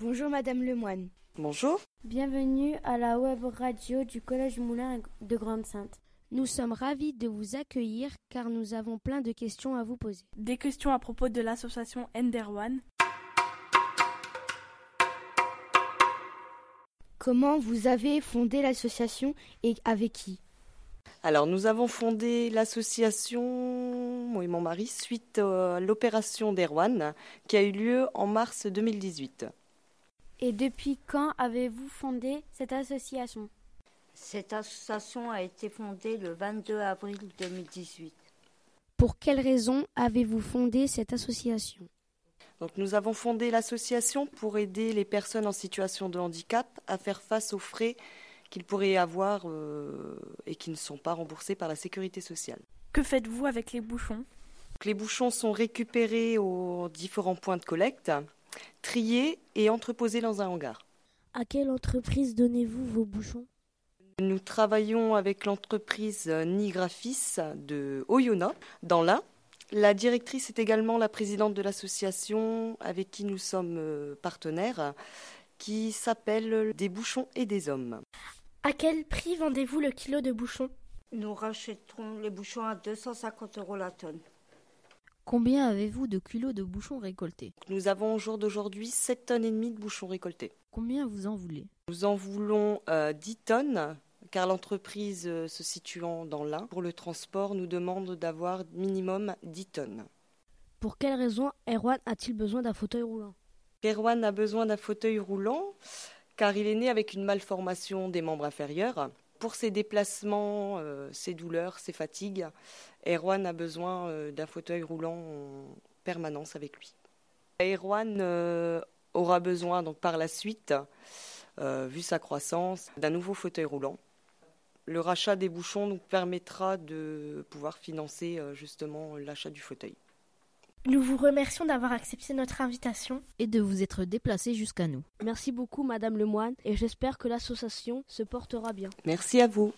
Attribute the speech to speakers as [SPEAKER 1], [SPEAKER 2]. [SPEAKER 1] Bonjour Madame Lemoine.
[SPEAKER 2] Bonjour.
[SPEAKER 3] Bienvenue à la web radio du Collège Moulin de Grande-Sainte.
[SPEAKER 4] Nous sommes ravis de vous accueillir car nous avons plein de questions à vous poser.
[SPEAKER 5] Des questions à propos de l'association Enderwan.
[SPEAKER 1] Comment vous avez fondé l'association et avec qui
[SPEAKER 2] Alors nous avons fondé l'association, moi et mon mari, suite euh, à l'opération d'Erwan qui a eu lieu en mars 2018.
[SPEAKER 3] Et depuis quand avez-vous fondé cette association
[SPEAKER 6] Cette association a été fondée le 22 avril 2018.
[SPEAKER 4] Pour quelles raisons avez-vous fondé cette association
[SPEAKER 2] Donc nous avons fondé l'association pour aider les personnes en situation de handicap à faire face aux frais qu'ils pourraient avoir euh, et qui ne sont pas remboursés par la sécurité sociale.
[SPEAKER 5] Que faites-vous avec les bouchons
[SPEAKER 2] Donc, les bouchons sont récupérés aux différents points de collecte, triés et entreposés dans un hangar.
[SPEAKER 4] À quelle entreprise donnez-vous vos bouchons
[SPEAKER 2] Nous travaillons avec l'entreprise Nigrafis de Oyonnax dans l'Ain la directrice est également la présidente de l'association avec qui nous sommes euh, partenaires, qui s'appelle Des bouchons et des hommes.
[SPEAKER 7] À quel prix vendez-vous le kilo de bouchons
[SPEAKER 6] Nous rachèterons les bouchons à 250 euros la tonne.
[SPEAKER 8] Combien avez-vous de kilos de bouchons récoltés
[SPEAKER 2] Nous avons au jour d'aujourd'hui 7 tonnes et demie de bouchons récoltés.
[SPEAKER 8] Combien vous en voulez
[SPEAKER 2] Nous en voulons euh, 10 tonnes car l'entreprise euh, se situant dans l'Ain, pour le transport, nous demande d'avoir minimum 10 tonnes.
[SPEAKER 4] Pour quelles raisons Erwan a-t-il besoin d'un fauteuil roulant
[SPEAKER 2] Erwan a besoin d'un fauteuil roulant car il est né avec une malformation des membres inférieurs. Pour ses déplacements, euh, ses douleurs, ses fatigues, Erwan a besoin euh, d'un fauteuil roulant en permanence avec lui. Erwan euh, aura besoin donc par la suite, euh, vu sa croissance, d'un nouveau fauteuil roulant le rachat des bouchons nous permettra de pouvoir financer euh, justement l'achat du fauteuil.
[SPEAKER 7] Nous vous remercions d'avoir accepté notre invitation.
[SPEAKER 8] Et de vous être déplacé jusqu'à nous.
[SPEAKER 4] Merci beaucoup Madame Lemoine et j'espère que l'association se portera bien.
[SPEAKER 2] Merci à vous.